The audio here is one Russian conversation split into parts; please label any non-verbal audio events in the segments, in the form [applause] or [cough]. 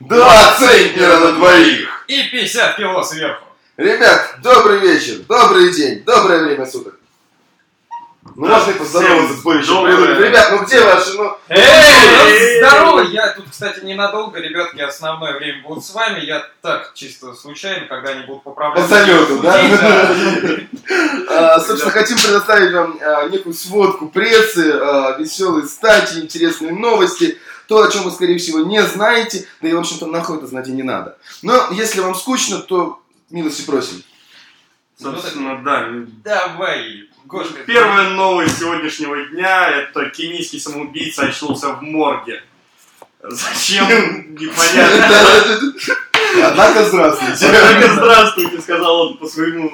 Два центнера на двоих! И 50 кило сверху. Ребят, добрый вечер, добрый день, доброе время суток. Ну, Да, можно и поздороваться всем с Борисом. доброе. придурок. Ребят, ну где ваши, ну... Эй, Ну, здорово! Я тут, кстати, ненадолго, ребятки, основное время будут с вами. Я так, чисто случайно, когда они будут поправлять. По залету, да? судей, А, Собственно, хотим предоставить вам а, некую сводку прессы, а, веселые статьи, интересные новости, то, о чем вы, скорее всего, не знаете, да и, в общем-то, нахуй это знать и не надо. Но если вам скучно, то милости просим. Собственно, да. Давай, Гошка. Первая новость сегодняшнего дня – это кенийский самоубийца очнулся в морге. Зачем? [laughs] [laughs] Непонятно. Однако, здравствуйте. Однако, Здравствуйте, сказал он по своему.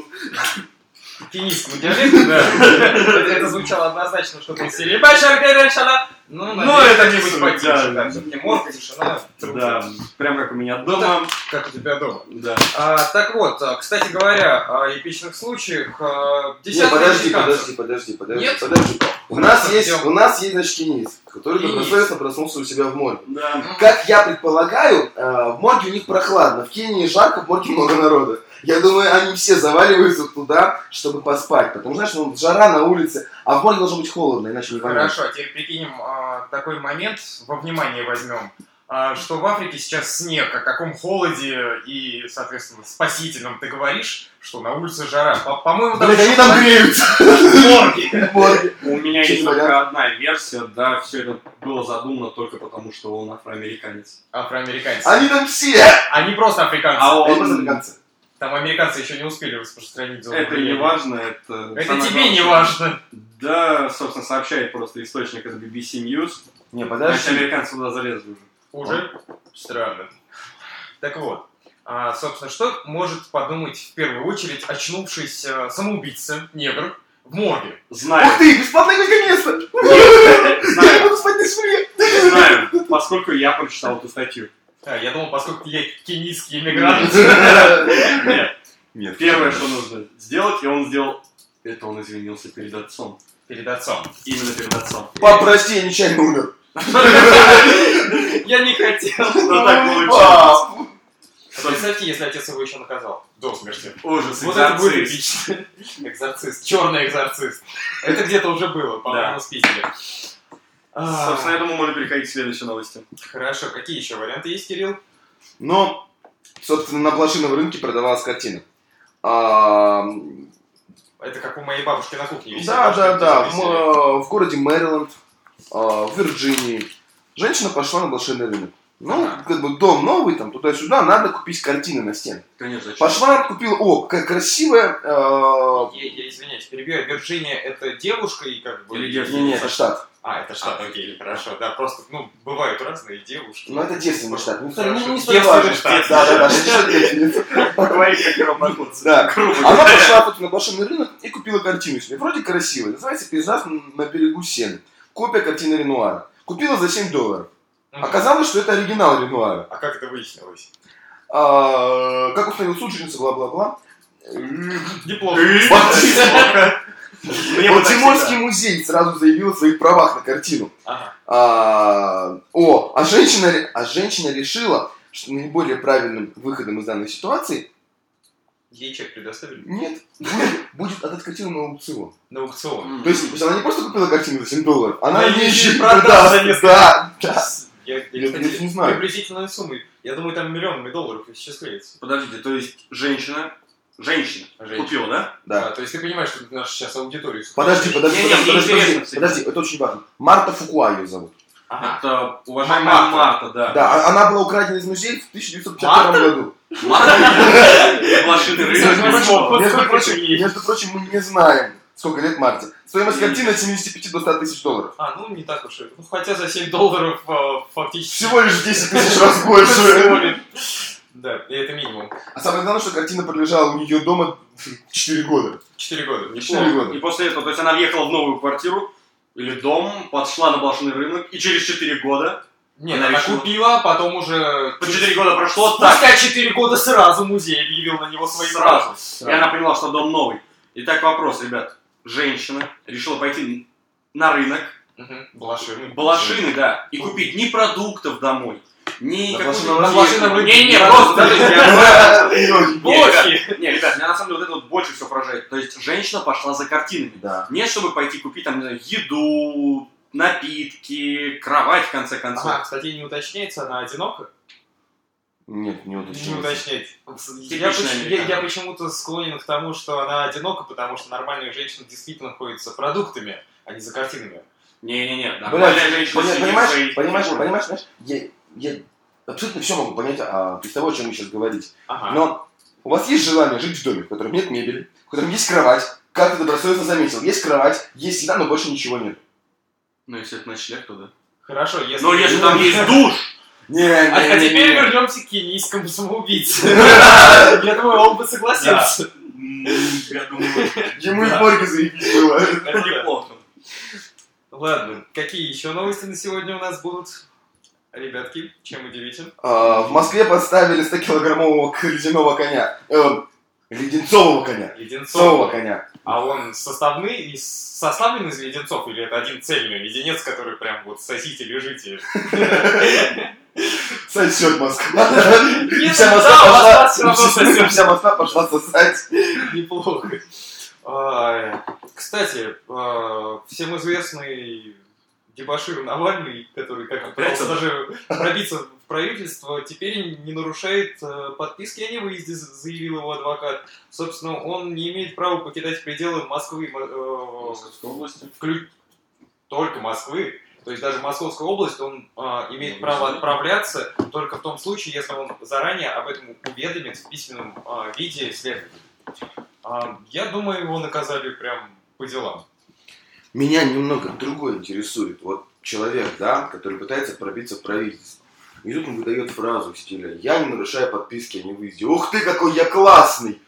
Кенийскому диалекту, да. Это это звучало однозначно, что ты серии «Бачар Гайрэншана». Ну, надеюсь, это не как-нибудь суть, потише, да. да. Все-таки морг, тишина. Да, прям как у меня дома. Как у тебя дома? Да. А, так вот, а, кстати говоря, о эпичных случаях. а, Не, Десятки подожди, мексиканцев. подожди, подожди, подожди, Нет? подожди. У нас Ну, есть, идем. у нас есть, значит, кенийец, который Кенийец. добросовестно проснулся у себя в море. Да. Как я предполагаю, э, в морге у них прохладно. В Кении жарко, в морге много народа. Я думаю, они все заваливаются туда, чтобы поспать. Потому что, знаешь, ну, жара на улице, а в морге должно быть холодно, иначе не воняет. Хорошо, а теперь прикинем а, такой момент, во внимание возьмем, а, что в Африке сейчас снег, о каком холоде и, соответственно, спасительном ты говоришь, что на улице жара. По- По-моему, Блядь, они там греются [laughs] в морге. У меня Чуть есть только вариант. одна версия, да, все это было задумано только потому, что он афроамериканец. афроамериканцы. Они там все. Они просто африканцы. А Они просто он... африканцы. Там американцы еще не успели распространить зону. Это не влияния. важно, это... Это самое тебе главное, не что- важно. Да, собственно, сообщает просто источник из BBC News. Не, Значит, подожди. американцы туда залезли уже. Уже странно. Так вот, а, собственно, что может подумать в первую очередь очнувшийся самоубийца, негр, в морге? Знаю, [laughs] Ух ты, бесплатное горькое место! Я знаю, буду спать на земле! знаю, поскольку я прочитал эту статью. А, я думал, поскольку я кенийский иммигрант, Нет, Нет. первое, что нужно сделать, и он сделал, это он извинился перед отцом. перед отцом. Именно перед отцом. Пап, прости, я нечаянно умер. [laughs] Я не хотел. Ну так получилось. Пап. Представьте, если отец его еще наказал. До смерти. Ужас, Вот это будет экзорцист. эпично. Экзорцист. Черный экзорцист. Это где-то уже было, по-моему, Да. с Питера. А, Собственно, я думаю, можно переходить к следующей новости. Хорошо, какие еще варианты есть, Кирилл? Но, Ну, собственно, на блошином рынке продавалась картина. А, Это как у моей бабушки на кухне висит. Да, да, да. М, М, э, В городе Мэриленд, э, в Вирджинии, женщина пошла на блошиный рынок. Ну, Ага. как бы дом новый, там туда-сюда, надо купить картины на стену. Конечно, Пошла, купила, о, какая красивая, э, Я, я извиняюсь, перебью. Вирджиния это девушка и как бы... Или девушка. не, не, это штат. А, это штат, окей, хорошо, да, просто, ну, бывают разные девушки. Ну, это девственный штат. Ну, Хорошо. не- не столь важно. Девственный штат. Да, да, да, штат девственниц. Говорит, как первопроходцы. Да. Грубо Она говоря. пошла тут на блошиный рынок и купила картину себе. Вроде красивая, называется «Пейзаж на берегу Сены». Копия картины Ренуара. Купила за 7 долларов. Мгм. Оказалось, что это оригинал Ренуара. А как это выяснилось? А, как установил судженица, бла-бла-бла. Неплохо. Мне бы так Балтиморский всегда. музей сразу заявил о своих правах на картину. Ага. А, о, а женщина, ре- а женщина решила, что наиболее правильным выходом из данной ситуации Ей чек предоставили? нет, будет, будет отдать картину на аукцион. На аукцион. М. То есть, то есть она не просто купила картину за 7 долларов, она Она ее её еще еще и и продаст продаст. за несколько. Да, да. Я, я, Я кстати, не знаю. приблизительные суммы. Я думаю, там миллионами долларов исчисляется. Подождите, то есть женщина, женщина, Женщина. купила, да? Да. А, то есть ты понимаешь, что ты нашу сейчас аудиторию... Подожди, подожди, Не, не, подожди, мне подожди, интересно подожди, всегда. подожди, это очень важно. Марта Фукуа ее зовут. Ага. Это уважаемая Марта. Марта, да. Да, а- она была украдена из музея в 1951 году. Марта, блошиный Между рынок. прочим, Вот между сколько прочим, это ей? между прочим, мы не знаем, сколько лет Марте. Стоимость Мгм. картины от 75 до 100 тысяч долларов. А, ну не так уж и... Ну, хотя за 7 долларов а, фактически... Всего лишь 10 тысяч раз Всего больше. лишь. Да, и это минимум. А самое главное, что картина пролежала у нее дома 4 года. 4 года. Четыре года. И после этого, то есть она въехала в новую квартиру или дом, подшла на блошиный рынок, и через 4 года, Нет, Она она решила. купила, а потом уже... по 4 года прошло, так, Спустя 4 года сразу музей объявил на него свои права. сразу. И она поняла, что дом новый. Итак, вопрос, ребят. Женщина решила пойти на рынок, Мгм. Блошиный. Балашины, да, и купить ни продуктов домой, Ни На какую-то блошином- на идею. блошином рынке. Не-не, просто, да, то есть я- Блохи! Не, ребят, меня на самом деле вот это вот больше всего поражает. То есть женщина пошла за картинами. Да. Не чтобы пойти купить там, не знаю, еду, напитки, кровать в конце концов. Ага, кстати, не уточняется, она одинока? Нет, не Не уточнилось. уточняется. Типичная Я, поч- я- американка. я почему-то склонен к тому, что она одинока, потому что нормальные женщины действительно ходят за продуктами, а не за картинами. Не-не-не, нормальная Блядь, женщина поня- сидит понимаешь, своей- понимаешь, понимаешь, знаешь, я, я абсолютно все могу понять а, из того, о чем вы сейчас говорите. Ага. Но у вас есть желание жить в доме, в котором нет мебели, в котором есть кровать, как ты добросовестно заметил, есть кровать, есть еда, но больше ничего нет. Ну, если это ночлег, то да. Хорошо, ну, если... Но Ну, если там есть душ, Не, А, а теперь не, вернемся к кенийскому [laughs] самоубийце. Я думаю, он бы согласился. М, Я думаю, Ему и в морге заебись было. Это да. неплохо. Ладно, какие еще новости на сегодня у нас будут? Ребятки, чем удивите? А, В Москве подставили 100-килограммового к- ледяного коня. Э, Леденцового коня. Леденцового Леденцов. коня. А он составный, из- составлен из леденцов или это один цельный леденец, который прям вот сосите, лежите? Сосет Москва. Нет, Вся да, у Москва вас всё равно пошла- [laughs] сосёт. вся Москва пошла сосать. [laughs] Неплохо. А, Кстати, а, всем известный дебашир Навальный, который как Опять пытался он? даже пробиться в правительство, теперь не нарушает э, подписки о невыезде, заявил его адвокат. Собственно, он не имеет права покидать пределы Москвы, мо- э, Московской области. вклю- только Москвы, то есть даже Московская область, он а, имеет Ну, право безусловно. отправляться только в том случае, если он заранее об этом уведомит в письменном а, виде следователя. А, я думаю, его наказали прям по делам. Меня немного другое интересует. Вот человек, да, который пытается пробиться в правительство. И тут он выдает фразу в стиле «Я не нарушаю подписки о невыезде». Ух ты, какой я классный!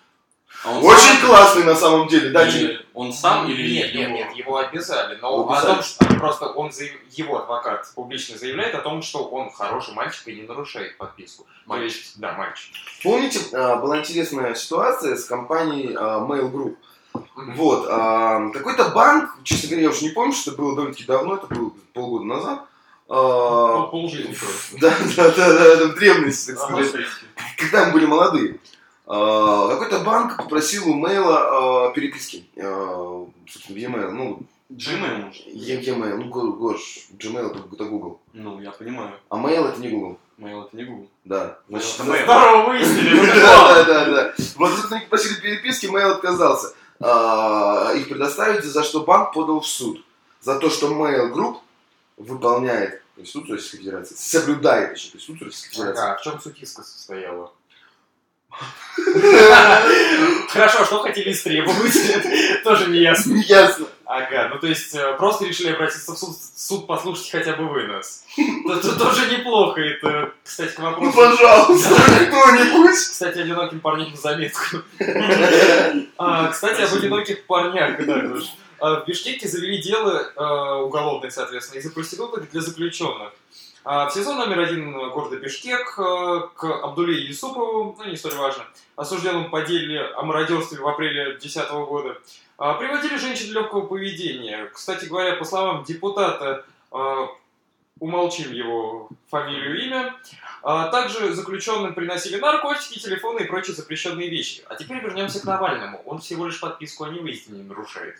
А он Очень сам- классный на самом деле, да, или тебе? Он сам или Ну, нет, нет, его? нет, его обязали, но Его обязали. о том, что просто он заяв- его адвокат публично заявляет о том, что он хороший мальчик и не нарушает подписку. То Мальчик. есть, да, мальчик. Помните, а, была интересная ситуация с компанией а, Mail Group. Мгм. Вот, а, какой-то банк, честно говоря, я уже не помню, что это было довольно-таки давно, это было полгода назад. Пол- А, Ну, Полжизни. короче. [laughs] Да, да, да, да, да, в древности, так Ага. сказать. Когда мы были молодые, а, какой-то банк попросил у Мейла а, переписки. а, Собственно, e-mail, ну, Джима ему же? e- e-mail, ну, го- Гош, Gmail это- это Google. Ну, я понимаю. А Mail это не Google. Mail это не Google. Да. Mail Значит, это да, mail. Ну, Здорово [laughs] выяснили. да, да, да. Вот, собственно, они попросили переписки, Mail отказался а, их предоставить, за что банк подал в суд. За то, что Mail Group выполняет Конституцию Российской Федерации, соблюдает еще Конституцию Российской Федерации. Ага, а в чем суть иска состояла? [laughs] [laughs] Хорошо, что хотели истребовать? [laughs] Тоже не ясно. Неясно. Ага, ну то есть э, просто решили обратиться в суд, суд послушайте хотя бы вы [laughs] нас. Это тоже неплохо, это, кстати, к Ну, вопросу... пожалуйста, кто-нибудь. Кстати, одиноким парням на заметку. А, Кстати, об Спасибо. одиноких парнях. да, Гош. А, В Бишкеке завели дело э, уголовное, соответственно, из-за проституток для заключенных. А, В СИЗО номер один города Бишкек э, к Абдуле Юсупову, ну не столь важно, осужденному по деле о мародерстве в апреле 2010 года, а, приводили женщин легкого поведения. Кстати говоря, по словам депутата, э, умолчим его фамилию и имя, а, Также заключенным приносили наркотики, телефоны и прочие запрещенные вещи. А теперь вернемся к Навальному. Он всего лишь подписку о невыезде не нарушает.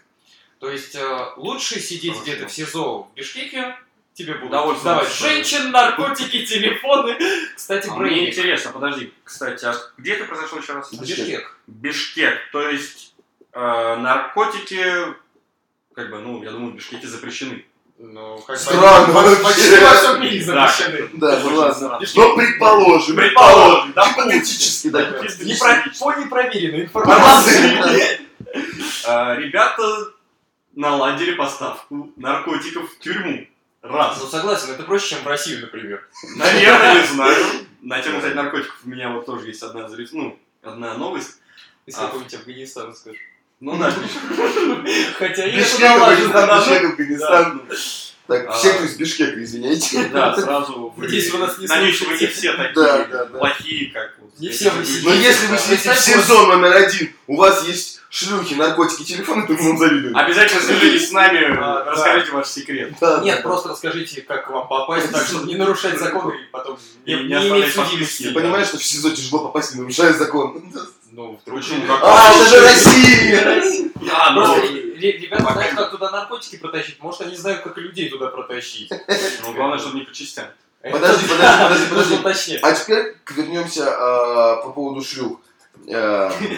То есть э, лучше сидеть Хорошо. где-то в СИЗо в Бишкеке, тебе будут Довольно давать хорошо. женщин, наркотики, телефоны. Кстати, А про Мне них. интересно, подожди, кстати, а где это произошло еще раз? Бишкек. Бишкек, то есть э, наркотики, как бы, ну, я думаю, в Бишкеке запрещены. Ну, как бы, Странно почти- Почти вообще. во всем мире запрещены. Да, Очень ладно. Типа странно. Ну, предположим. Предположим, да, Гипотетически, да. Чисто Не про- мистически. По непроверенной информации. Молодцы. Э, Ребята наладили поставку наркотиков в тюрьму. Раз. Ну, согласен, это проще, чем в Россию, например. Наверное, не знаю. На тему, кстати, наркотиков у меня вот тоже есть одна зарис- ну, одна новость. Из А. какого-нибудь Афганистана, скажешь. Ну, да, Хотя и это Бишкек, Афганистан, налажено. Бишкек, Афганистан. да, Так, А. все кто из Бишкека, извиняйте. да, сразу. вы- Надеюсь, вы нас не Надеюсь, вы не слушаете. все Да, да, такие да. плохие, как вот. Не все вы Но если вы сидите в СИЗО номер один, у вас есть шлюхи, наркотики, телефоны, то мы вам завидуем. Обязательно свяжитесь с нами, А, да. расскажите ваш секрет. Да, Нет, да. [laughs] просто расскажите, как к вам попасть, так, чтобы не нарушать законы и потом потом И не, не не иметь оставлять подписки. судимости. [laughs] Ты понимаешь, что в СИЗО тяжело попасть, не нарушая закон. Ну, вдруг. Почему? А, это же Россия! А, ну, Просто ре- ребята знают, как туда наркотики протащить. Может, они знают, как людей туда протащить. ну, главное, чтобы не по частям. Подожди, подожди, подожди, подожди. Нужно точнее. А теперь вернемся э, по поводу шлюх. Э, Они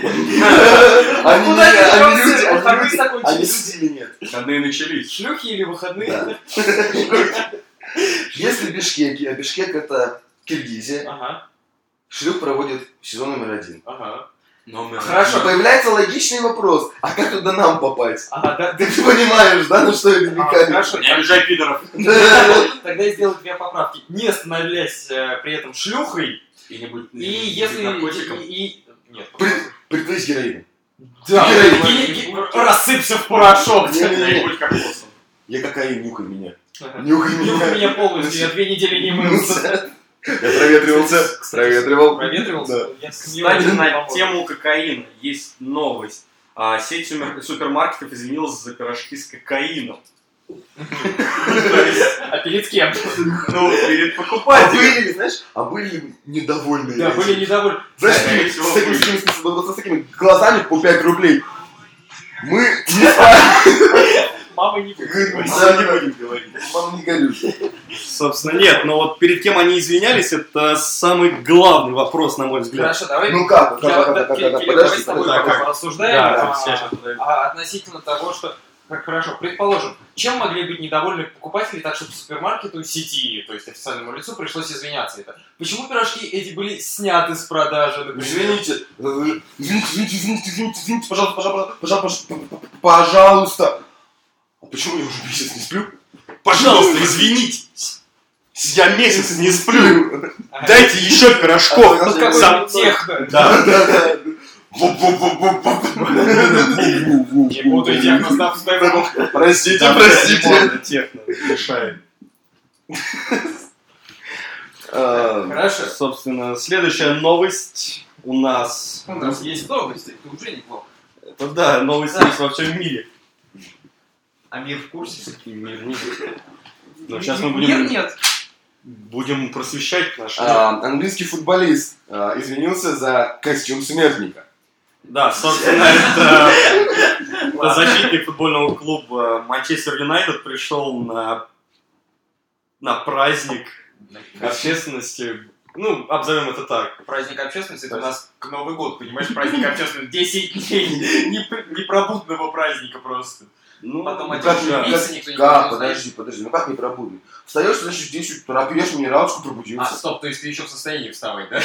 меня- Куда ты они вернулся? люди, они Выходные люди, закончились. они люди или нет? Одные начались. Шлюхи или выходные? Если Бишкеки, а Бишкек это Киргизия, Ага, шлюх проводит сезон номер один. ага. Но мы... Хорошо. Появляется логичный вопрос, а как туда нам попасть? Ага, да, Ты понимаешь, да, на что я а, намекаю? хорошо. Не обижай пидоров. [laughs] Тогда я сделаю две поправки. Не становлясь э, при этом шлюхой, И не будь... и если... наркотиком. и- и- Нет. При- Притворись героином. Да, Героин. и- и- и- рассыпься в порошок. Не-не-не. Не будь как лосом. Я кокаин, нюхай меня. Ага. Нюхай Нюх меня. меня полностью, я две недели не мылся. Я проветривался, проветривал. Да. Проветривался? Я Кстати, сомневаюсь, на по-моему. тему кокаина есть новость. А, сеть сумер- супермаркетов извинилась за пирожки с кокаином. То есть, А перед кем? ну, перед А покупателем. были, знаешь, а были недовольные Да, люди. были недовольны. Знаешь, Скорее с, всего, таким, с, были. таким, с таким- с такими глазами по 5 рублей. Мы не справились. Мама не будет. Мы Да, не да. будем говорить. Мама, не горюй. Собственно, нет, но вот перед кем они извинялись, это самый главный вопрос, на мой взгляд. Хорошо, давай. Ну как? Я- как, как, да, как, как, как, Кирилл, давай Подожди, с тобой подожди. как- пока порассуждаем Да, а, все, сейчас подойду. а, относительно того, что как хорошо, предположим, чем могли быть недовольны покупатели так, что супермаркету сети, то есть официальному лицу, пришлось извиняться это? Почему пирожки эти были сняты с продажи, например? Извините. Извините, извините, извините, извините, извините, пожалуйста, пожалуйста, пожалуйста, пожалуйста, пожалуйста. А почему я уже месяц не сплю? Пожалуйста, извинитесь. Я месяц не сплю. Сплю. Дайте еще пирожков. А, Вот Извините. какой-нибудь техно. Да. Да-да-да. Бу-бу-бу-бу-бу. Не буду техно, став с тобой. Простите, Да, не простите. можно, техно мешает. А, Хорошо. Собственно, следующая новость у нас. У нас есть новости, это уже неплохо. Это Ну да, новость есть во всем мире. А мир в курсе? Но сейчас мы Ну, Мир будем, нет. будем просвещать наши... а, Английский футболист а, извинился за костюм смертника. Да, собственно, это, это защитник футбольного клуба Манчестер Юнайтед пришел на, на праздник общественности. Ну, обзовем это так. Праздник общественности, это у нас к Новый год, понимаешь, праздник общественности, 10 дней [laughs] непр- непробудного праздника просто. Ну, Потом Ну, один как, же как, пицца, никто не как, узнает. подожди, подожди, ну как не пробудный? Встаешь, значит, в 10 утра, пьешь минералочку, А, пробудился. стоп, то есть ты еще в состоянии вставать, да?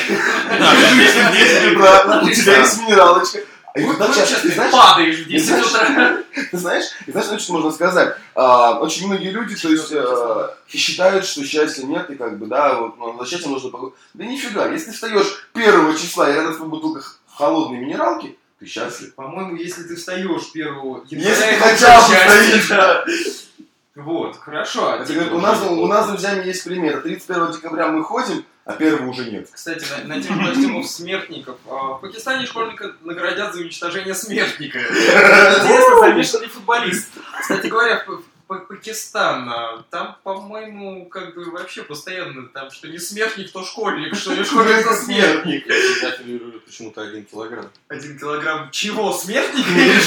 да, Если в 10 утра у тебя есть минералочка. А И А, вот Ну, там сейчас, сейчас ты знаешь, падаешь в 10 утра. [laughs] ты знаешь, и знаешь, значит, можно сказать, а, очень многие люди, то есть, э, считают, что счастья нет, и как бы, да, вот, ну, за счастьем нужно погу- Да нифига, если ты встаешь 1 числа и рядом с тобой бутылка х- холодной минералки, ты счастлив. По-моему, если ты встаешь 1 Если ты хотя бы стоишь, да. Вот, хорошо. а Это теперь как у нас, уже у неплохо. нас в Зяме есть пример. 31 декабря мы ходим, а 1 уже нет. Кстати, на, на тему костюмов смертников. А, В Пакистане школьника наградят за уничтожение смертника. Интересно, замешан ли футболист. Кстати говоря, П- П- Пакистан, а, там, по-моему, как бы вообще постоянно, там, что не смертник, то школьник, что не школьник, то смертник. почему-то один килограмм. Один килограмм чего, смертника или Или школьника?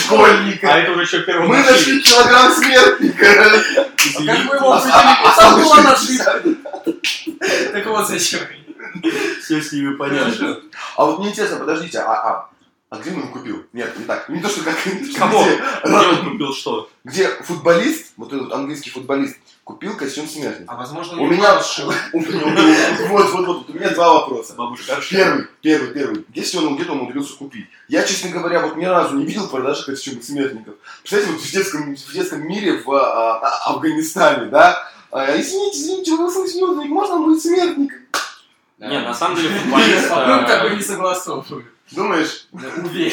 школьника. А это уже еще первый Мы ночи. нашли килограмм смертника. А Как мы его определили? Там была ошибка. Так вот зачем. Все с ними понятно. А вот мне интересно, подождите, а, а, а где он его купил? Нет, не так. Не то, что как... [laughs] не то, что Кого? где. А Где он купил что? Где футболист, вот этот английский футболист, купил костюм [laughs] смертника. А возможно, У меня... сшил. у- у- у- Вот, вот, вот, у меня два вопроса. Бабушка, хорошо. Первый, первый, первый. Если он где-то он умудрился купить. Я, честно говоря, вот ни разу не видел продажи костюмов смертников. Представляете, вот в детском, в детском мире в а, а, Афганистане, да? А, извините, извините, у вас смертник, можно будет смертником? Не, ну, на самом деле футболист... Он такой э, не согласовывает. Думаешь? Да, Ну, Уверен.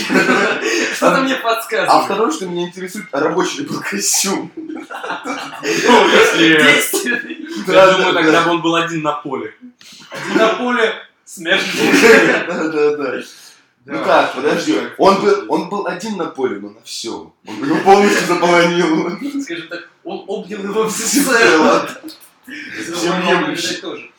Что-то мне А подсказывает. второе, что меня интересует, рабочий ли был костюм? Ну, а, если... Действие. Я думаю, тогда бы он был один на поле. На поле смертный. Да-да-да. Ну как, подожди. Он был, он был один на поле, но на все. Он его полностью заполонил. Скажем так, он обнял его все Всё, цело. ладно. Всем Ну, он, ебучий. видать, тоже.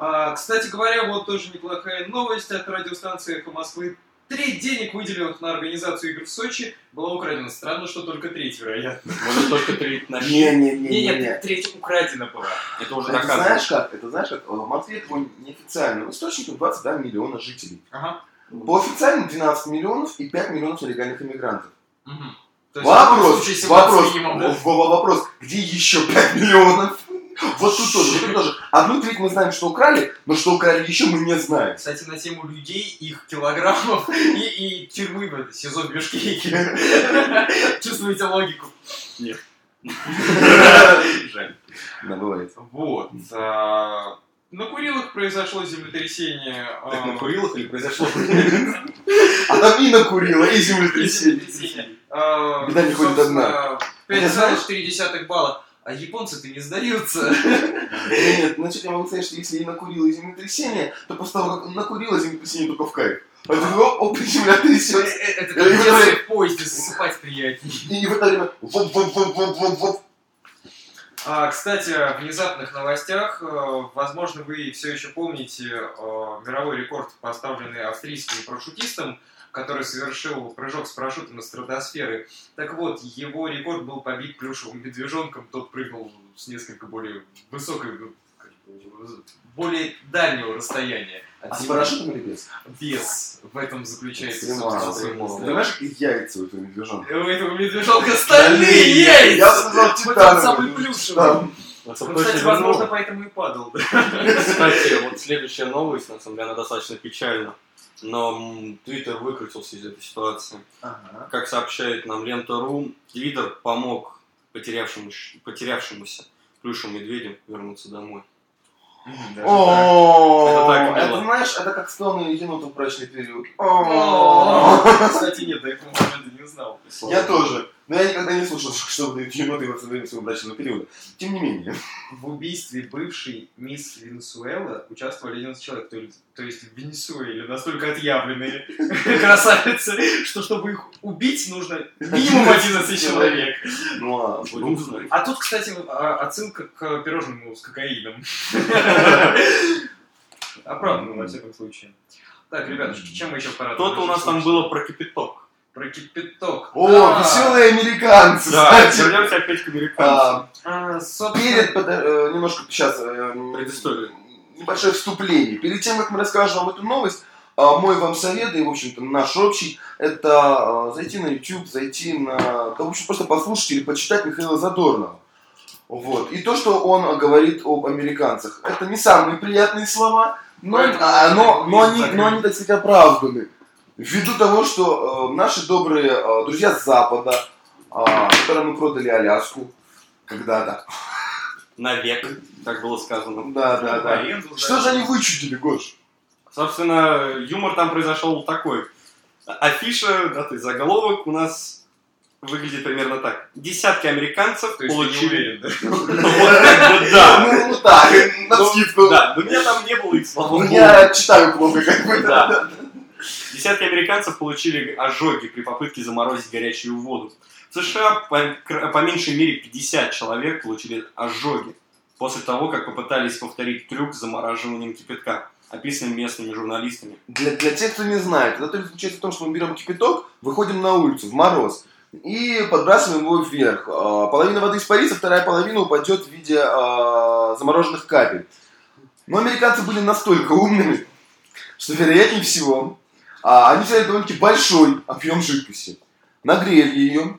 А, кстати говоря, вот тоже неплохая новость от радиостанции «Эхо Москвы». Треть денег, выделенных на организацию игр в Сочи, была украдена. Странно, что только треть, вероятно. Может, только три нашли. Не-не-не-не. Нет, треть украдена была. Это Это уже доказано. знаешь как? Это знаешь как? Э, Матвей, по неофициальным источникам 22 миллиона жителей. Ага. По официальным 12 миллионов и 5 миллионов нелегальных иммигрантов. Мгм. То есть, в любом Вопрос, случае, 17 вопрос, минимум, да? в- в- вопрос, где еще 5 миллионов? Вот тут тоже, тут тоже. Одну треть мы знаем, что украли, но что украли еще, мы не знаем. Кстати, на тему людей, их килограммов [laughs] и, и тюрьмы, блин, СИЗО в Бишкеке. [laughs] Чувствуете логику? Жаль. Да, бывает. Вот. а, На Курилах произошло землетрясение. а, Так на Курилах или произошло? А там и накурила, и землетрясение. землетрясение. А, Беда не ходит собственно, Я знаю. 5,4 балла. А японцы-то не сдаются. [laughs] Ну Нет, значит, я могу сказать, что если и накурила землетрясение, то после того, как накурила землетрясение, только в кайф. А ты такой, оп, земля Э, э, трясется. Это Я как не если говорю. в поезде засыпать приятнее. И в это время воп-воп-воп-воп-воп-воп. А, Кстати, о внезапных новостях. Э, Возможно, вы все еще помните э, мировой рекорд, поставленный австрийским парашютистом, который совершил прыжок с парашютом из стратосферы. Так вот, его рекорд был побит плюшевым медвежонком. Тот прыгнул с несколько более высокой, ну, как бы, более дальнего расстояния. от А с Земли. парашютом или без? Вес в этом заключается. Экстремально. собственно, Ты особенность. Понимаешь, и яйца у этого медвежонка? Да. У этого медвежонка стальные Я бы яйца! сказал, Вот титановый. он самый Да. плюшевый. Вот, Ну, собственно, кстати, вернул. возможно, [laughs] поэтому и падал. да. Кстати, вот следующая новость, на самом деле, она достаточно печальна. Но м, Твиттер выкрутился из этой ситуации. Ага. Как сообщает нам лента.ру, Твиттер помог потерявшему, щ- потерявшемуся плюшевому медведю вернуться домой. Это О, так мило. это знаешь, это как слоны и еноты в брачный период. О. Кстати, нет, я этого момента не узнал. Я тоже. Но я никогда не слышал, что выдают еноты во время своего брачного периода. Тем не менее. В убийстве бывшей мисс Венесуэла участвовали 11 человек, то есть, то есть в Венесуэле настолько отъявленные [laughs] красавицы, что чтобы их убить, нужно минимум 11 человек. Ну а Будем знать. А тут, кстати, а, отсылка к пирожному с кокаином. Оправданно, во всяком случае. Так, ребятушки, чем мы еще порадуем? Что-то у нас там было про кипяток. Про кипяток. О, Да. веселые американцы, Да, кстати. вернемся опять к американцам. А, А, собственно, перед, под- э, немножко сейчас, э, Предыстория. небольшое вступление. Перед тем, как мы расскажем вам эту новость, а, мой вам совет, и, в общем-то, наш общий, это э, зайти на YouTube, зайти на... Да, в общем, просто послушать или почитать Михаила Задорнова. Вот. И то, что он э, говорит об американцах, это не самые приятные слова, но, Поэтому а, но, мы но они, закрыли. но они, так сказать, оправданы. Ввиду того, что э, наши добрые э, друзья с Запада, а, которым мы продали Аляску когда-то. Навек, так было сказано. Да, да, да. Аренду, да. Что же они вычудили, Гош? Собственно, юмор там произошел такой. Афиша, да, ты заголовок у нас выглядит примерно так. Десятки американцев то есть ты не получили... уверен, да? Ну, [laughs] Вот как бы да. Ну, ну так, на Ну, скидку. Да, но меня там не было, и слава Ну, богу. Я читаю плохо, как бы. Да. Десятки американцев получили ожоги при попытке заморозить горячую воду. В США по, кр- по меньшей мере 50 человек получили ожоги после того, как попытались повторить трюк с замораживанием кипятка, описанным местными журналистами. Для, для тех, кто не знает, это только заключается в том, что мы берем кипяток, выходим на улицу в мороз и подбрасываем его вверх. А, Половина воды испарится, вторая половина упадет в виде а, замороженных капель. Но американцы были настолько умными, что, вероятнее всего, а, они взяли довольно-таки большой объем жидкости, нагрели ее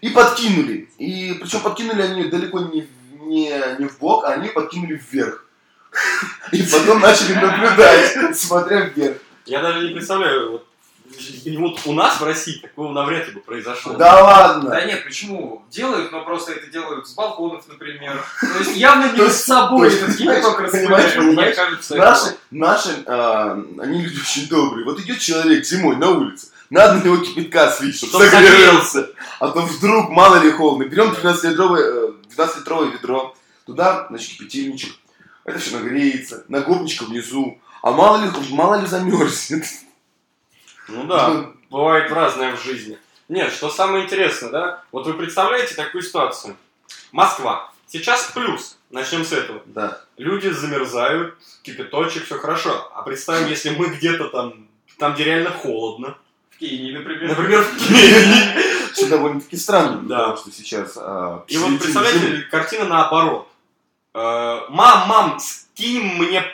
и подкинули. И причем подкинули они ее далеко не, не, не в бок, а они ее подкинули вверх. И потом начали наблюдать, смотря вверх. Я даже не представляю, вот, и вот у нас в России такого навряд ли бы произошло. Да ладно! Да нет, почему? Делают, но просто это делают с балконов, например. [laughs] То есть явно То не есть- с собой то есть, этот гипоток понимаешь, понимаешь, распыляют. Мне кажется, Наши, наши а, они люди очень добрые. Вот идет человек зимой на улице, надо на него кипятка слить, чтобы Чтоб согрелся. А то вдруг, мало ли холодно, берем 12-литровое, э, 12-литровое ведро, туда, значит, кипятильничек. Это все нагреется, нагопничка внизу. А мало ли, мало ли замерзнет. Ну да, бывает разное в жизни. Нет, что самое интересное, да? Вот вы представляете такую ситуацию. Москва. Сейчас плюс. Начнем с этого. [laughs] Да. Люди замерзают, кипяточек, все хорошо. А представим, если мы где-то там, там, где реально холодно. В Кении, например. Например, в Кении. Что довольно-таки странно, Да. потому что сейчас... а, И середина вот зимы. представляете, картина наоборот. Э, Мам, мам, скинь мне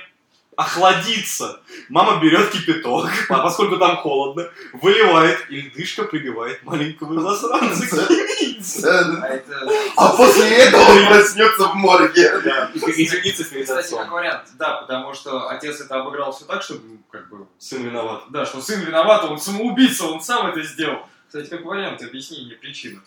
охладиться. Мама берет кипяток, [laughs] а поскольку там холодно, выливает, и льдышка прибивает маленького засранца [laughs] к яице. Да, да. [laughs] А это, А после этого он проснется в морге. И извиниться перед кстати, как отцом. вариант, да, потому что отец это обыграл все так, чтобы, ну, как бы, Сын виноват. да, что сын виноват, он самоубийца, он сам это сделал. Кстати, как вариант, объяснение причины.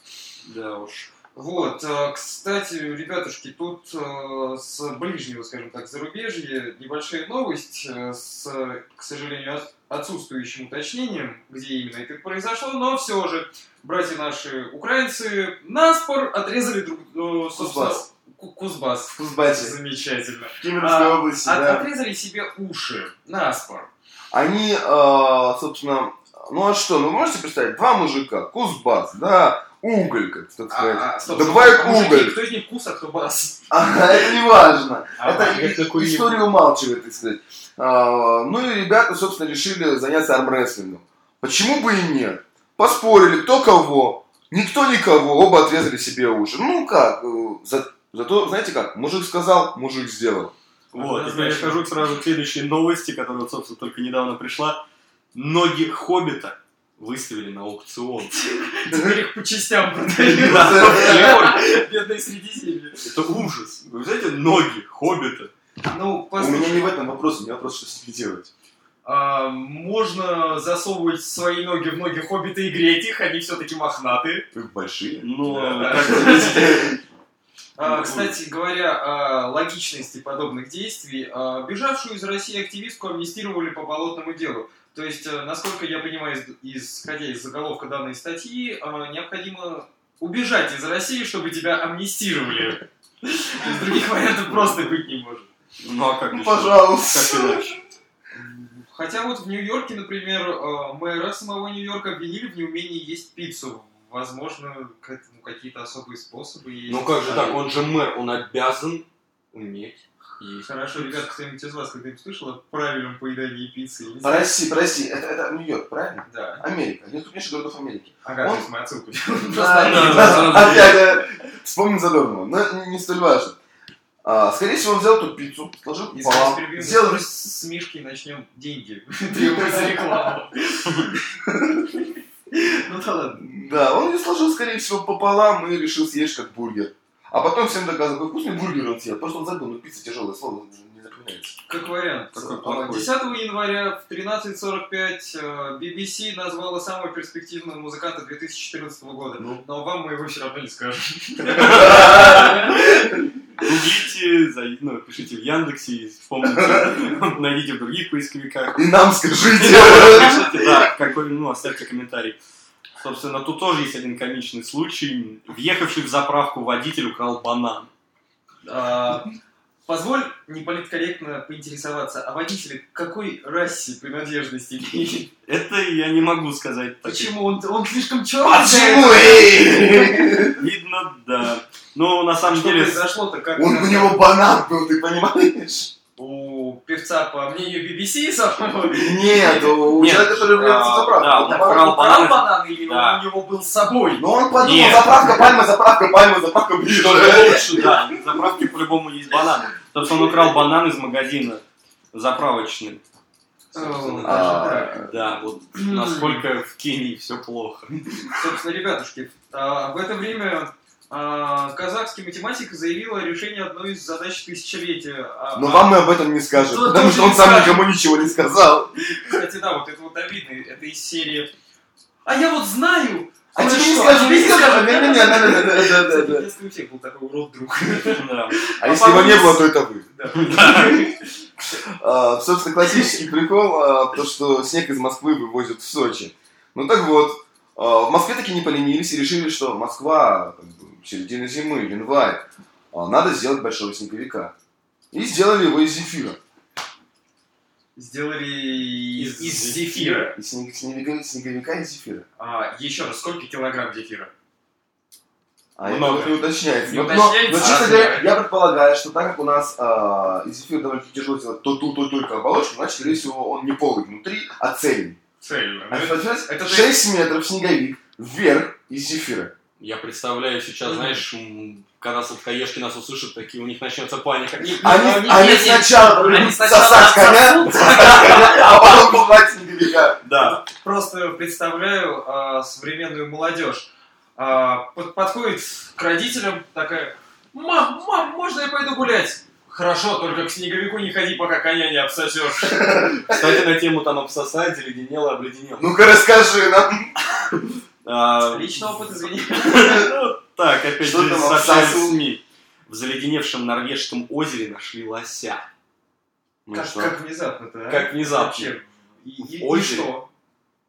Да уж. Вот, э, кстати, ребятушки, тут э, с ближнего, скажем так, зарубежья небольшая новость э, с, э, к сожалению, от- отсутствующим уточнением, где именно это произошло, но все же братья наши украинцы наспор отрезали друг э, собственно, Кузбасс. Ку- Кузбасс. Кузбассе. Замечательно. В Кемеровской А, области, От- да. Отрезали себе уши наспор. Они, э, собственно... Ну а что, ну вы можете представить, два мужика, Кузбасс, да, уголь, как так сказать. А, а, стоп, Да стоп, бывает а мужики, уголь. Кто из них кус, а кто бас? [laughs] А, это не важно. А, Это как и- на курине. история умалчивает, так сказать. А, ну и ребята, собственно, решили заняться армрестлингом. Почему бы и нет? Поспорили, кто кого. Никто никого, оба отрезали себе уши. Ну как, э, за- зато, знаете как, мужик сказал, мужик сделал. Вот, и Однозначно. перехожу сразу к следующей новости, которая, вот, собственно, только недавно пришла. Ноги Хоббита выставили на аукцион. [laughs] Теперь их по частям продают. Да. Бедные Средиземье. Это ужас. Вы знаете, ноги Хоббита. Ну, У меня не в послушай, этом вопрос, у меня вопрос, что с ними делать. а, можно засовывать свои ноги в ноги хоббита и греть их, они все-таки мохнатые. Вы [laughs] большие. Но Да. Ну, как [laughs] здесь- А, Ну, кстати говоря, о логичности подобных действий, а, бежавшую из России активистку амнистировали по болотному делу. То есть, э, насколько я понимаю, из- исходя из заголовка данной статьи, а, необходимо убежать из России, чтобы тебя амнистировали. [laughs] То есть, других вариантов просто быть не может. Ну а как Ну, еще? Как пожалуйста. иначе? Хотя вот в Нью-Йорке, например, э, мэра самого Нью-Йорка обвинили в неумении есть пиццу. Возможно, к этому какие-то особые способы есть. Ну как же так, он же мэр, он обязан уметь есть. Хорошо, ребят, кто-нибудь из вас когда-нибудь слышал о правильном поедании пиццы? Я не знаю. Прости, прости, это, это Нью-Йорк, правильно? Да. Америка, один из крупнейших городов Америки. Ага, Он- то есть мы отсылку Да, да, да, на да. самом деле. Опять, э, Вспомним задорного, но это не столь важно. А, Скорее всего, он взял эту пиццу, сложил пополам, сделаем. сделал... с с Мишки начнем [laughs] деньги требовать за рекламу. Ну да ладно. Да, он ее сложил, скорее всего, пополам и решил съесть как бургер. А потом всем доказывал, какой вкусный бургер он съел. Просто он забыл, ну пицца тяжелое слово, не запоминается. Как вариант. Какой А, плохой. 10 января в 13.45 э, BBC назвала самого перспективного музыканта 2014 года. Ну. Но вам мы его все равно [laughs] не скажем. Гуглите, зай- ну, пишите в Яндексе, [laughs] и вспомните, найдите в других поисковиках. И нам скажите. Пишите, да, какой, ну, оставьте комментарий. Собственно, тут тоже есть один комичный случай. Въехавший в заправку водитель украл банан. А, Позволь неполиткорректно поинтересоваться, а водители к какой расе принадлежности имеет? Это я не могу сказать. так. Почему? Он, он слишком черный. А Почему? Эй! Видно, да. Но на самом Что деле... произошло-то? Как Он у него банан был, ты понимаешь? у певца, по мнению [laughs] BBC, самого... Нет, у Нет, человека, который является а, заправкой. да, он Он украл банан. Бананы. Украл банан или Да. он у него был с собой? Но он подумал, Нет. заправка, пальма, заправка, пальма, [laughs] заправка, Что ближе. же лучше, да. В заправке по-любому есть бананы. Собственно, он украл банан из магазина заправочный. Собственно, Э, да. даже А, так. Да, вот насколько в Кении все плохо. Собственно, ребятушки, а, в это время а, казахский математик заявил о решении одной из задач тысячелетия. Но А, а, Ну, вам мы об этом не скажем, Что потому ты что не он сам скажешь? никому ничего не сказал. Кстати, да, вот это вот обидно, это из серии «А я вот знаю!» А кое-что, тебе не скажем, не скажем, не, не, не, да, да, да, да, да, Кстати, да. в детстве у всех был такой урод друг. Да. А если его не было, то это вы. Да. А, Собственно, классический прикол, а, то, что снег из Москвы вывозят в Сочи. Ну так вот, а, в Москве таки не поленились и решили, что Москва, как бы, середина зимы, январь, а, надо сделать большого снеговика. И сделали его из зефира. Сделали из, Из из зефира. зефира. Из снег- снеговика, снеговика из зефира. А, еще раз, сколько килограмм зефира? А это Много. вот не уточняется. Не Но- но- уточняется, но, честно а, говоря, да. я предполагаю, что так как у нас а, из эфира довольно тяжело сделать то ту, то только оболочку, значит, скорее всего, он не полый внутри, а цельный. Ну, Цельно. А это это ты- 6 метров снеговик вверх из зефира. Я представляю сейчас, знаешь, м, когда сладкоежки нас услышат, такие у них начнется паника. Они, они они- они- сначала Ну, они будут сначала сосать коня, а потом побывать снеговика. Да. Просто представляю а, современную молодежь. А, под- подходит к родителям такая, мам, мам, можно я пойду гулять? Хорошо, только к снеговику не ходи, пока коня не обсосешь. Кстати, на тему там обсосать, заледенело, обледенело. Ну-ка расскажи нам, А, Личный опыт, извини. Ну, Так, опять Что же, там сообщают обсасывал? СМИ. В заледеневшем норвежском озере нашли лося. Ну Как, что? как внезапно-то, а? Как внезапно. Вообще. И, и- В и озере? что?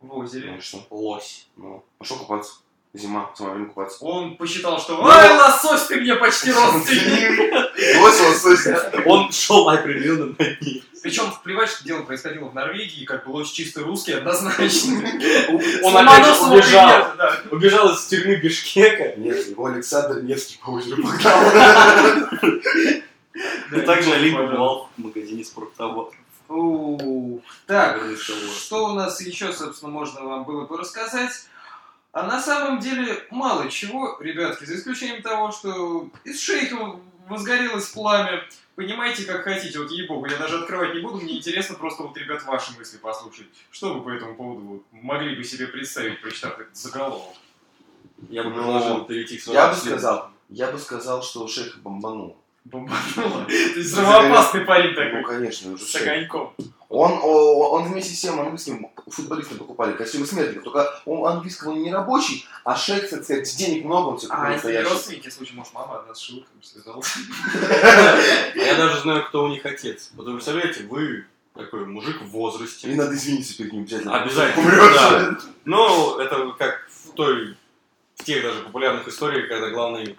В озере. Ну что? Лось. Ну, а что купаться? Зима, самолет купаться. Он посчитал, что Ну, «Ай, лосось, ты мне почти [laughs] родственник!» Бросил сосед. Он шел определенно на ней. Причем плевать, что дело происходило в Норвегии, как бы лось чистый русский, однозначно. Он опять же Ломоносову убежал. привет, да. Убежал из тюрьмы Бишкека. Нет, его Александр Невский по озеру погнал. Да, И также не Олег помню. побывал в магазине спорттоваров. Оу. Так, Наверное, всё вот. что у нас еще, собственно, можно вам было бы рассказать? А на самом деле мало чего, ребятки, за исключением того, что из шейха возгорелось пламя. Понимаете, как хотите, вот ей-богу, я даже открывать не буду, мне интересно просто вот, ребят, ваши мысли послушать. Что вы по этому поводу вот могли бы себе представить, прочитав этот заголовок? Я бы Ну, предложил перейти к Я бы следующему. сказал, я бы сказал, что шейха бомбанул. Бомбануло. То есть Взрывоопасный парень Ну, такой, конечно, уже с а- шейх. огоньком. Он, о, он вместе с тем английским футболистом покупали костюмы смертников. Только он английского не рабочий, а шейх, так сказать, денег много, он все А, это не настоящий. родственники, случае, может, мама от нас шилками связала. А Я даже знаю, кто у них отец. Вот вы представляете, вы такой мужик в возрасте. И надо извиниться перед ним обязательно. [laughs] Обязательно. Умрёшь. А, да. Ну, это как в той в тех даже популярных историях, когда главный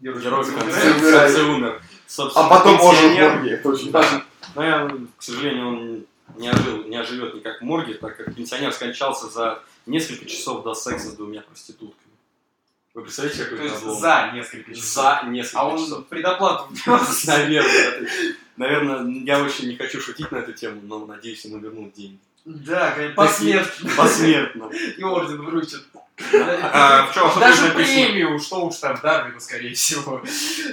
герой в конце, Умирает. в конце умер. Собственно, А потом ожил в пенсионер. морге. Это очень Да. важно. Но я, к сожалению, он не, ожил, не оживет никак в морге, так как пенсионер скончался за несколько часов до секса с двумя проститутками. Вы представляете, какой То это есть облом? за несколько часов. За несколько А он часов. [laughs] предоплату внес. Наверное, это- наверное, я очень не хочу шутить на эту тему, но надеюсь, ему вернут деньги. Да, конечно, посмертно. [laughs] Посмертно. И орден вручат. А, в чём, что Даже тут написано? премию, что уж там, Дарвина, скорее всего.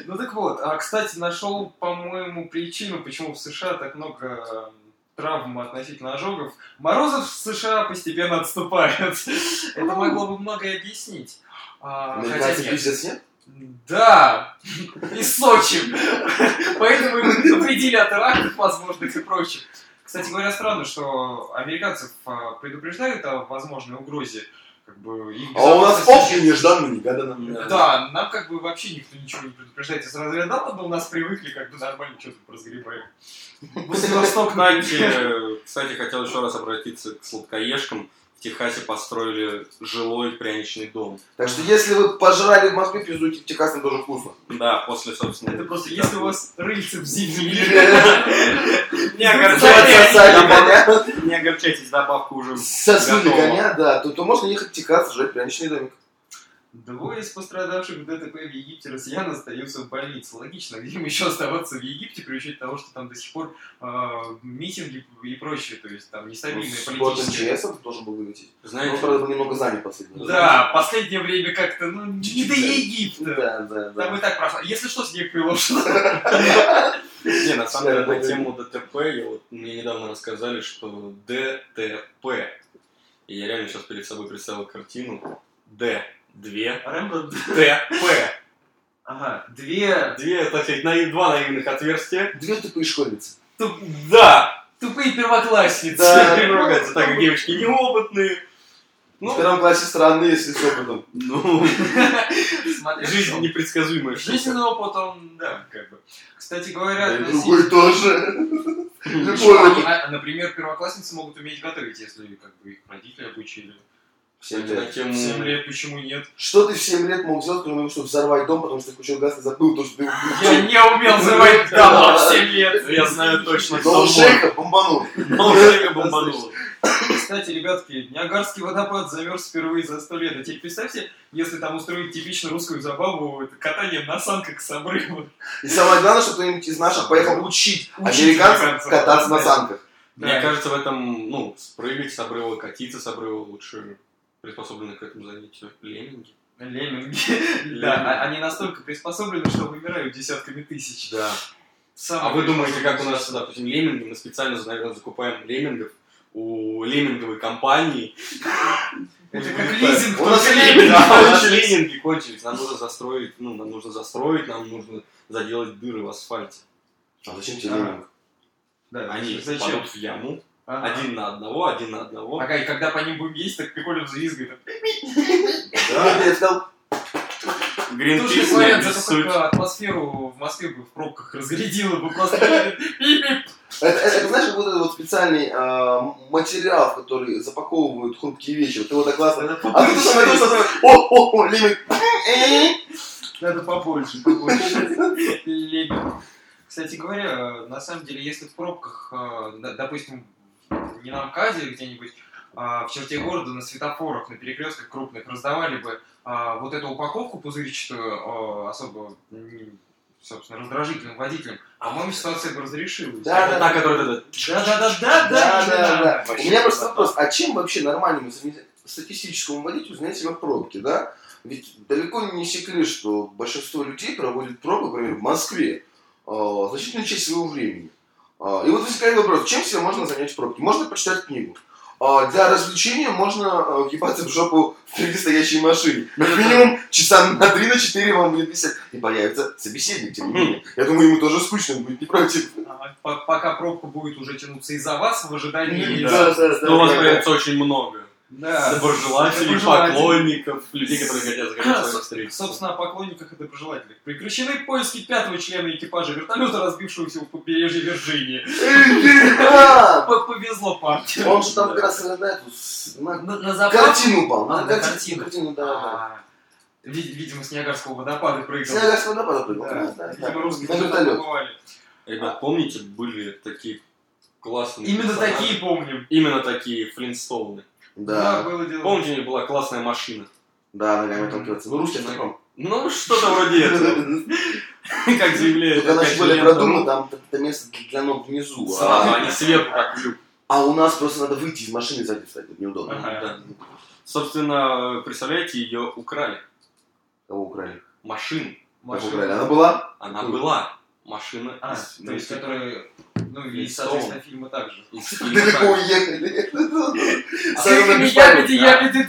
Ну так вот, а, кстати, нашел, по-моему, причину, почему в США так много э, травм относительно ожогов. Морозов в США постепенно отступает. Это могло бы многое объяснить. Ну, А, Хотя Американцы нет. пиздец нет? Да, [laughs] из Сочи. [laughs] Поэтому их предупредили от раков возможных и прочих. Кстати говоря, странно, что американцев а, предупреждают о возможной угрозе. Как бы, их А у нас безопасности. общий нежданно негаданно. Да, нам как бы вообще никто ничего не предупреждает из разряда, «Да ладно, у нас привыкли, как бы нормально что-то разгребаем. Владивосток на Кстати, кстати, хотел еще раз обратиться к сладкоежкам. В Техасе построили жилой пряничный дом. Так что если вы пожрали в Москве, пиздуйте в Техас, там тоже вкусно. Да, после, собственно... Это просто, если у вас рыльце [laughs] в земле, Не огорчайтесь. Сосали коня. огорчайтесь, не огорчайтесь, добавка уже Сосуды готова. коня, да, то, то можно ехать в Техас, жить в пряничный домик. Двое из пострадавших в ДТП в Египте россиян остаются в больнице. Логично, где им еще оставаться в Египте, при учете того, что там до сих пор э, митинги и прочее, то есть там Ну, нестабильные Спорт политические... МЧС должен был вылететь. Ну, Знаете, правда, был немного занят последний. Да, последнее время как-то, ну, не Чуть-чуть, до да. Египта. Да, да, Там и да. так прошло. Если что, [laughs] снег приложено. не, на самом деле, Да, на да. тему ДТП, я вот, мне недавно рассказали, что ДТП, и я реально сейчас перед собой представил картину, Д, две, Рэмбо... ТП, Ага, две две, так сказать, наив- два наивных отверстия, Две тупые школьницы. туп- да, тупые первоклассницы. Да, они ругаются, так [laughs] как девочки неопытные. В Ну, первом классе странные, если с опытом. ну, Смотри, жизнь непредсказуемая. штука. Жизненный опыт, он, да, как бы. Кстати говоря, Да и относительно- другой тоже. Почему они, Любой. а, например, первоклассницы могут уметь готовить, если как бы их родители обучили. Семь Это на лет. тему... Семь лет, почему нет? Что ты в 7 лет мог сделать, кроме того, что взорвать дом, потому что ты включил газ и забыл то, что [laughs] ты Я не умел [laughs] взрывать дома в 7 лет. Ну, Я знаю точно, Но кто шейка бомбанул. Малышейка бомбанула. Кстати, ребятки, Ниагарский водопад замерз впервые за 100 лет. А теперь представьте, если там устроить типично русскую забаву, это катание на санках с обрыва. И самое главное, что кто-нибудь из наших поехал учить Учить американцев американцев. кататься на санках. Мне Да. кажется, в этом, ну, спрыгать с обрыва, катиться с обрыва лучше приспособлены к этому занятию лемминги. [laughs] Лемминги. Да, а- они настолько приспособлены, что вымирают десятками тысяч. Да. А Самое вы думаете, как у ужасное. нас, допустим, лемминги, мы специально, наверное, закупаем леммингов у лемминговой компании. Это Пусть как будет лизинг, У нас только лемминги. лемминг. Да, у нас лемминги кончились, нам нужно застроить, ну, нам нужно застроить, нам нужно заделать дыры в асфальте. А зачем тебе А. лемминг? Да, Они зачем? падут в яму, Ага. один на одного, один на одного. Ага, и когда по ним будем есть, так прикольно взвизгает. [laughs] Я тебе сказал, Тоже Гринпис не вариант, зато обессудь. как бы атмосферу в Москве бы в пробках разглядела бы [laughs] просто. [laughs] Пип-пип. Это, это, это, знаешь, как будто вот специальный а, материал, в который запаковывают хрупкие вещи. Вот Ты его так классно... Надо А ты побольше. там идешь, там о, о, о, лимит. Э, Надо побольше, побольше. Лебедь. Кстати говоря, э, на самом деле, если в пробках, э, д- допустим, не на МКАДе где-нибудь, а в черте города на светофорах, на перекрестках крупных раздавали бы а, вот эту упаковку пузырчатую, э, особо, м, собственно, раздражительным водителям, по-моему, ситуация бы разрешилась. Да, Это та, которая вот эта- Да, Да-да-да-да-да! да, да. У Вообще меня просто красота. вопрос, а чем вообще нормальному средне- статистическому водителю занять себя в пробке, да? Ведь далеко не секрет, что большинство людей проводит пробы, например, в Москве, а, значительную часть своего времени. А, И вот возникает вопрос, чем себя можно занять в пробке? Можно почитать книгу. А, Для развлечения можно а, въебаться в жопу впереди стоящей машине. Как минимум часа на 3 на 4 вам будет писать. И появится собеседник, тем не менее. Я думаю, ему тоже скучно, он будет не против. А, по- Пока пробка будет уже тянуться из-за вас в ожидании. Да, да, да, Но Ну, у вас да, да. появится очень много. Да. Доброжелателей, Доброжелателей. поклонников, людей, которые хотят заказать Да, с вами со- встречу. Собственно, о поклонниках и доброжелателях. Прекращены поиски пятого члена экипажа вертолета, разбившегося у побережья Вирджинии. Эй, ты, а! П- Повезло парке. Он же там как раз э, на эту с- на На, на запад- картину упал. А, На на карти- картину. на картину, да, да. А, ви- Видимо, с Ниагарского водопада С прыгал. Ниагарского водопада прыгал. Да, Да, да, да. Видимо, русские На тоже вертолет. побывали. Ребят, помните, были такие классные Именно персонажи? такие помним. Именно такие флинстоуны. Да, было дело. Помните, у них была классная машина? да, ногами там крутится. Ну, русский на ком? Ну, что-то вроде этого. [laughs] Тут Как заявляет она опять же же более лента продумана, там т- это место для ног внизу. «Ру». Сразу, А а не сверху, как в люк. а у нас просто надо выйти из машины и сзади встать, это неудобно. Ага. Да. Собственно, представляете, ее украли. Кого украли? Машину. Кого Машина. украли? Она была? Она Какую? была. Машина А, из то есть, из- которые... Ну, и, Из соответственно, фильмы также. из фильма. Далеко уехали. А С огромными шпагами.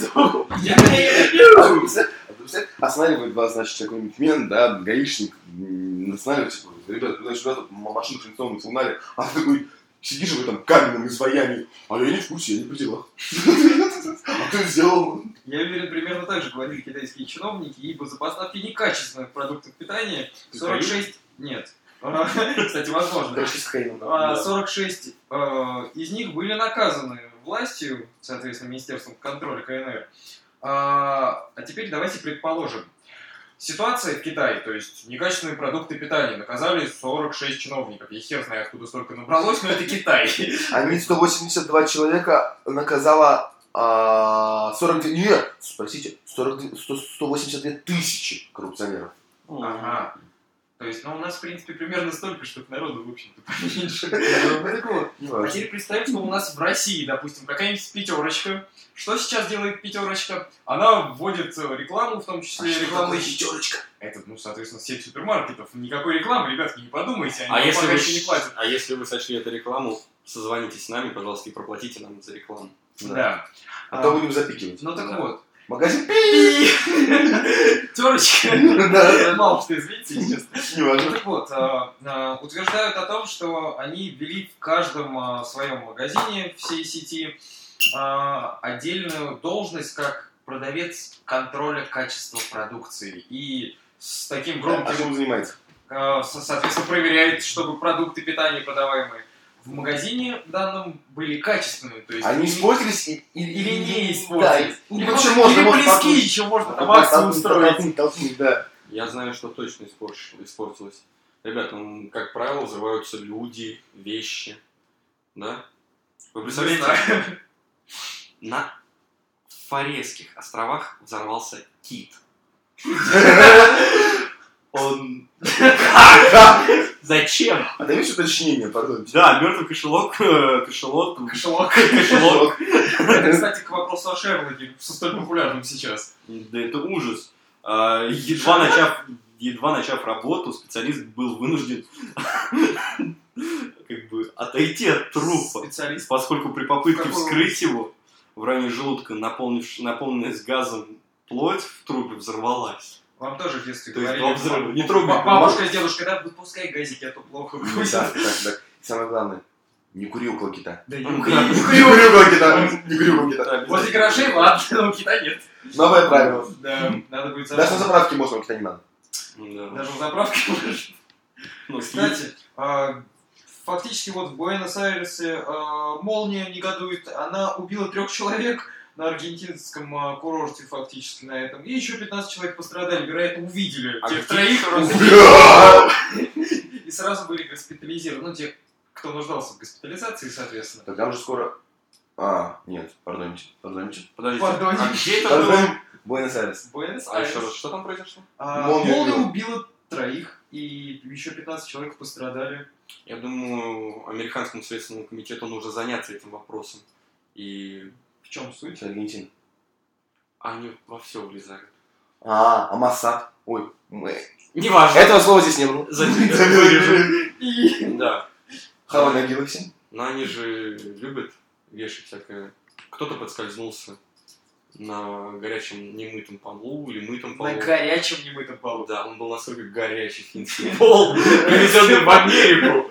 беду. Останавливает вас, значит, какой-нибудь мент, да, гаишник, м, останавливает, типа, ребята, куда сюда тут м- машину хрестовым угнали, а ты такой, сидишь в этом каменном изваянии, а я не в курсе, я не при делах. [laughs] А кто это сделал? Я уверен, примерно так же говорили китайские чиновники, ибо за поставки некачественных продуктов питания Ты 46... Нет. [laughs] А, Кстати, возможно. Короче, с кокаином, А, да. 46 э, из них были наказаны властью, соответственно, Министерством контроля КНР. А а теперь давайте предположим. Ситуация в Китае, то есть некачественные продукты питания, наказали 46 чиновников. Я хер знаю, откуда столько набралось, но это Китай. Они 182 человека наказала а, 49, нет, спросите, 42, 100 182 тысячи коррупционеров. Ага. То есть, ну, у нас, в принципе, примерно столько, что народу, в общем-то, [laughs] поменьше. А Неважно. теперь представим, что у нас в России, допустим, какая-нибудь пятерочка. Что сейчас делает пятерочка? Она вводит э, рекламу, в том А числе рекламы... Пятерочка. Это, ну, соответственно, сеть супермаркетов. Никакой рекламы, ребятки, не подумайте, они А вам Ну, если, пока вы, еще не платят. а если вы сочли эту рекламу, созвонитесь с нами, пожалуйста, и проплатите нам за рекламу. Да. Да. А то будем запикивать. Ну так [laughs] Да. вот. Магазин [laughs] Пятерочка. Да, да, да. Мало что, извините, если честно. Ну Неважно. Так вот, а, а, утверждают о том, что они ввели в каждом а, своем магазине всей сети а, отдельную должность как продавец контроля качества продукции. И с таким А громким, э, чем он занимается? а, со- соответственно, проверяет, чтобы продукты питания продаваемые в магазине данном были качественные. То есть Они или- использовались и- и- или не Да, использовались. и- и Или вообще может- можно или вот близки подумать. еще можно Толкнуть, пробаться толкнуть, устроить. толкнуть, толкнуть, да. Я знаю, что точно испорч- испортилось. Ребят, ну, как правило, взрываются люди, вещи. Да? Вы представляете, на Фарерских островах взорвался кит. [laughs] Он... Как? Зачем? А дай мне еще А уточнение, пардон. Да, мертвый кошелок, э, кошелот, Кошелок. кошелок. Это, кстати, к вопросу о Шерлоке, со столь популярным сейчас. Да это ужас. А, Едва начав, едва начав работу, специалист был вынужден [laughs] как бы отойти от трупа. Специалист. поскольку при попытке Какого? вскрыть его в районе желудка, наполнив- наполненная с газом плоть в трупе взорвалась. Вам тоже в детстве То есть говорили. два взрыва. Не «Ба- трогай. Бабушка с дедушкой, да, выпускай газики, а то плохо Да, будет. так, так. Самое главное, не кури около кита. Да Ну, ёбаный. Не кури около кита. Не кури около кита. Да, Возле гаражей, ладно, но у кита нет. Новое правило. Да, надо будет Даже на заправку. заправке можно, у кита не [laughs] надо. Да. Даже в заправке можно. Ну, Кстати, а, фактически вот в Буэнос-Айресе а, молния негодует. Она убила трех человек на аргентинском а, курорте фактически на этом. И еще 15 человек пострадали, вероятно, увидели А тех где троих. курорт? И сразу были госпитализированы. Ну, те, кто нуждался в госпитализации, соответственно. Тогда уже скоро... А, нет, пардоните, пардоните. Подождите, Пардоните. а где это было? Пардон, Буэнос-Айрес. Буэнос-Айрес. А еще раз, что там произошло? А, Молния молния убила. убила троих, и еще 15 человек пострадали. Я думаю, американскому следственному комитету нужно заняться этим вопросом. И В чем суть? Это Аргентина. А они во все влезают. А, а Моссад. Ой, мы- Неважно. этого слова здесь не было. [laughs] Зачем? Это вырежем. [laughs] И Да. Хава на Galaxy. Но они же любят вешать всякое. Кто-то подскользнулся на горячем немытом полу или мытом полу. на горячем немытом полу. Да, он был настолько горячий финский пол, привезенный в Америку.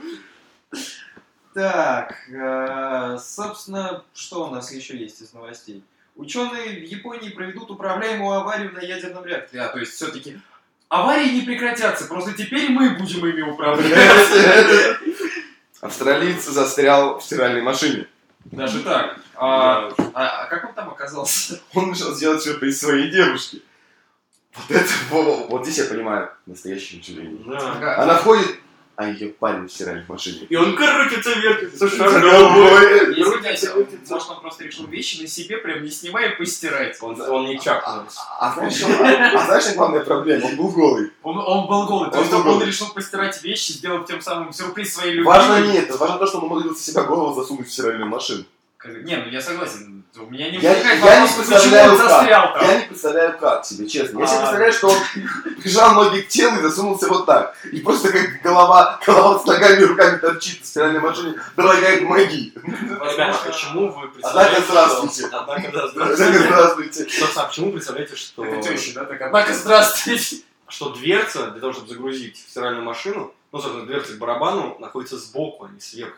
Так, э, собственно, что у нас еще есть из новостей? Ученые в Японии проведут управляемую аварию на ядерном реакторе. А, то есть все-таки аварии не прекратятся, просто теперь мы будем ими управлять. [laughs] Австралиец застрял в стиральной машине. Даже так. А, а- а как он там оказался? Он начал делать что-то из своей девушки. Вот это, во- вот здесь я понимаю настоящее удивление. Да. Она входит, а ее парень в стиральной машине. И он крутится, вертится, шарит. Голубой. Если хотя бы, Может, он просто решил вещи на себе прям не снимая и постирать. Он, он не чапнул. А знаешь, а знаешь, главная проблема? Он был голый. Он, он был голый, то Он есть был он, голый. решил постирать вещи, сделав тем самым сюрприз своей любви. Важно не это, важно то, что он умудрился себя голову засунуть в стиральную машину. Не, ну я согласен. У меня не Я- возникает я не вопрос, почему представляю, он как. застрял там. А Я не представляю, как тебе, честно. Я себе А. представляю, что он прижал ноги к телу и засунулся вот так. И просто как голова, голова с ногами и руками торчит в стиральной машине. Дорогая, помоги. Ребята, почему вы Однако представляете, что- здравствуйте. Однако да, здравствуйте. Здравствуйте. Собственно, а почему вы представляете, что... Это теща, да, так? Однако, здравствуйте. что дверца, для того, чтобы загрузить в стиральную машину, ну, собственно, дверца к барабану находится сбоку, а не сверху.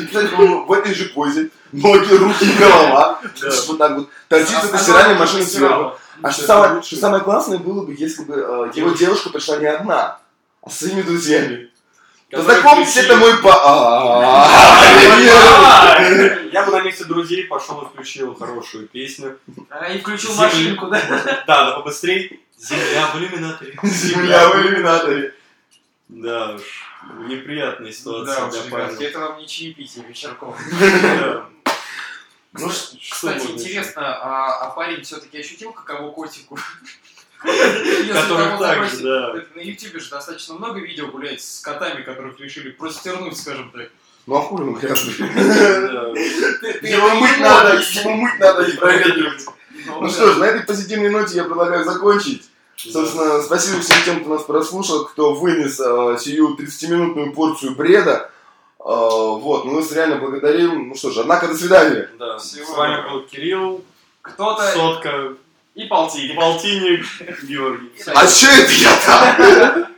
И, кстати, он в этой же позе. Ноги, руки и голова. Вот так вот. Торчит эта стиральная машина сверху. А что самое, что самое классное было бы, если бы э, его девушка пришла не одна, а с своими друзьями. Познакомьтесь, это мой па... А, Я бы на месте друзей пошел и включил хорошую песню. А, И включил Земля. машинку, да? Да, да побыстрей. Земля в иллюминаторе. [laughs] Земля в иллюминаторе. Да уж, неприятная ситуация для ребятки, парня. это вам не чаепитие вечерком. Да. Ну, ш- что Кстати, можно еще? интересно, а а парень все-таки ощутил, каково [laughs] котику? Если Который того так запросить. же, да. Это На ютубе же достаточно много видео гуляет с котами, которых решили простернуть, скажем так. Ну а хули мы грязные? [laughs] Да. Ты- ты- Его ты мыть не надо, можешь. его мыть надо [laughs] и проветривать. Ну Ну да. что ж, на этой позитивной ноте я предлагаю закончить. Собственно, спасибо всем тем, кто нас прослушал, кто вынес э, сию 30-минутную порцию бреда. Э, вот, мы вас реально благодарим. Ну что ж, однако, до свидания. Да. С Всего вами доброго. был Кирилл, Кто-то Сотка, и полтинник. Полтинник, Георгий. А чё это я там? Ну,